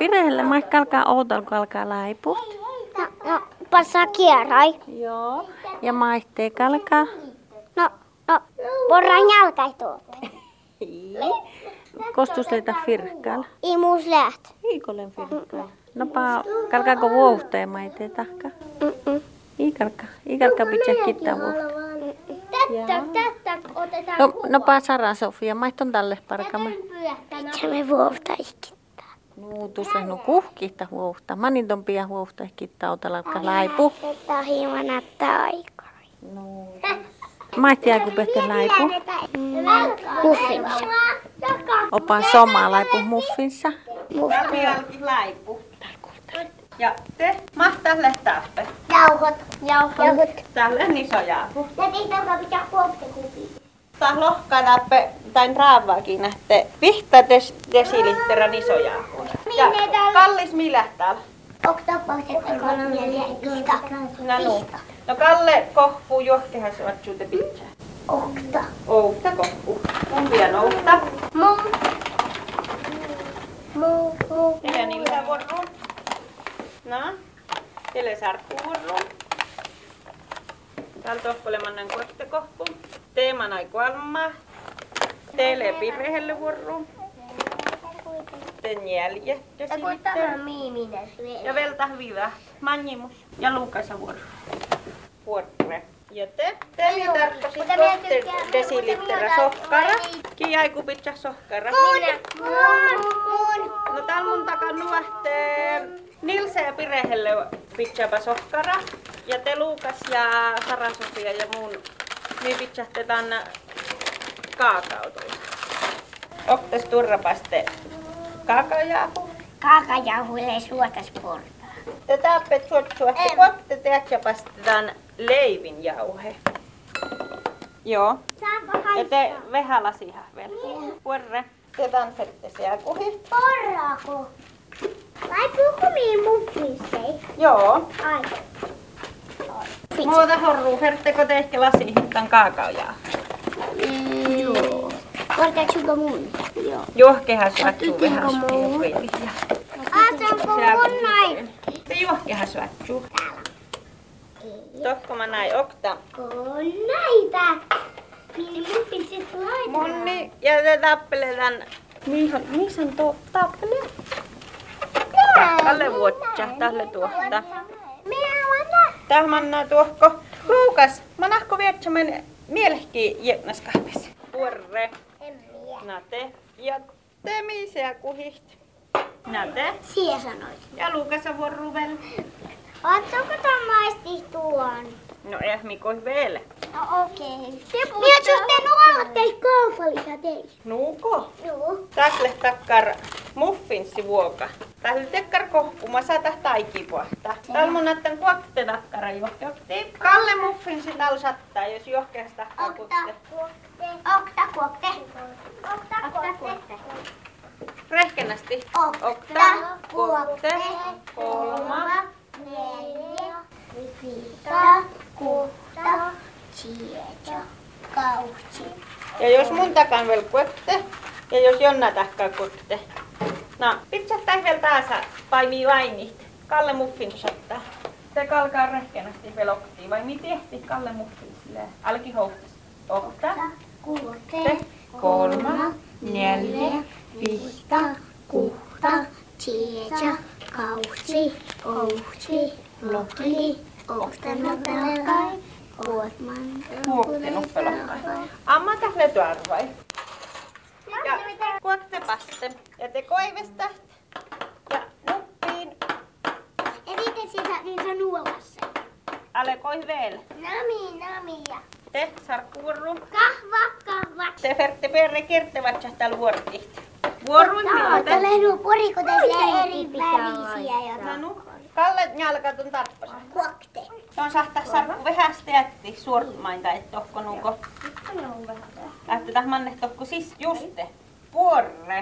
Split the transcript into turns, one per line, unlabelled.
Pirelle Maikka alkaa outoa, kun alkaa laiput.
No, no, passa kierai.
Joo. Ja maihtee alkaa.
No, no, porran jalkai tuoppi.
Kostusteita firkkaalla.
Imus läht.
Iikolen firkkaalla. No paa, kalkaako vuohteen maitee tahka? Iikalka. Iikalka pitää kittää vuohteen.
Tättök, tättök, otetaan
No, no paa Sara Sofia, maihton talle parkamme.
pyöhtänä.
Se me vuovtaikin.
Nuutusen no kuhkihta huohta. Maninton pia huohta kittää otalakka laipu.
Tätä on hieman näyttää aikaa.
Maihtia kun pehtä laipu.
Muffinsa.
Opa somaa laipu muffinsa.
Jalki laipu. Ja te mahtaa lähtää.
Jauhot. Jauhot. Jauhot.
Täällä on iso jaapu.
Tätä ei tarvitse pitää kuoptikuvia.
Tää lohkaa näppe, tai raavaakin nähte. Vihta des, desilitterän iso jaapu. Ja
Minne täällä-
kallis millä täällä?
Onko tapauksessa kolme neljä viisi?
No, no. no Kalle kohkuu johkehan se on suute pitää.
Okta.
Outa kohkuu. Kumpia nouta.
Mum. Mum. Mum.
Ja niillä vorruun. No. Tele sarkkuu vorruun. Täällä tohkolemannan kohta kohkuu. Teeman aiku almaa. Tele pirrehelle vorruun. Ten jälje. desilitter.
miiminen.
Ja Velta Hyvä, Mannimus ja Luukasa Vuoro. Vuorre. Ja te, te li tarkkasi
Mutta minä
kohte
tykkään- mutta
desilitterä
minä taas-
sohkara.
mä en-
Kiaiku pitkä sohkara.
Mun. Mun. Mun.
No täällä mun takana lähtee Nilse ja Pirehelle pitkäpä sohkara. Ja te Luukas ja Sara-Sofia ja muun, niin pitsähte tänne kaakautuun. Oktes turrapaste kaakajaapu.
Kaakajauhuille suotas porta.
Te tarpeet suotsuatte kotte teaksä pastetaan leivin jauhe. Joo.
Saanko
Ja te vehala siihen vielä. Puorre. Te tanssitte siellä kuhi.
porraako? Vai puhuko mihin mun pissei?
Joo.
Ai.
Muuta horruu. Hertteko te ehkä lasiin tämän kaakaojaa?
Joo. Kortaatko mun? Joo.
Juohkehän suotsuu
Otettiinko
vähän
muu?
suotsuu.
Aatanko mun näin?
Se juohkehän suotsuu. Tokko mä näin okta.
On näitä. Minne mun pissit laitetaan?
Monni ja te tappeletan. Mihin, missä on tuo tappele? Kalle vuotsa, tälle tuohta.
Minä olen nä-
Täällä manna tuohko Luukas, mä nahko vietsämän mielehki jätnäskahpis. Purre,
En minä.
nate ja temisää kuhiht. Nate
Siellä sanoit.
ja Luukas on vuoruvel.
Oletko tamaisti tuon?
No eh mikoi vielä.
No okei. Okay. Minä oon tehnyt olla teille kaupallisia teille.
Nuuko?
Joo.
Täsle takkar muffinsi vuoka. Tällä tekkar kohkuma sata taikipuahta. Täällä mun näyttän kuotte takkara johkeutti. Kalle muffinsi täällä sattaa, jos johkeasta tahtaa
Okta
kutte.
kuotte. Okta kuotte. Okta kuotte.
Rehkenästi.
Okta kuotte. Kolma. Neljä. Viita. Kuutta. Tietä. Kausi.
Ja jos mun takan vielä kuette, ja jos jonna tahkaa kuette. No, pitsähtää vielä taas paimii vainit. Kalle Muffin sattaa. Se kalkaa rehkenästi veloktiin, vai mitä tehti Kalle Muffin silleen? Alki houkkas. Okta.
Kuutte. Kolma. Neljä. Viita. Kuutta. Tietä. Kausi. Ousi. Loki. Oktanapelkai. Kuotman.
Kuotte nuppelokkai. Amma tähle tuarvai. Ja kuotte paste. Ja te koivesta. Ja nuppiin.
Ja sitten sitä niin se nuolassa.
Ale koi vielä.
Nami, nami ja
Te sarkkuvurru.
kahva, kahva.
Se Fertti Perre kertovat tästä luortista. Vuorun
Täällä
myötä.
on porikotaisia eri värisiä ja
Nanu, No Kalle jalkat on tarppasa.
kuokte.
Se on sahta sarkku vähästä jätti suortmain tai tokko nuuko. Lähti tahmanne tokko siis juste. Vuorre.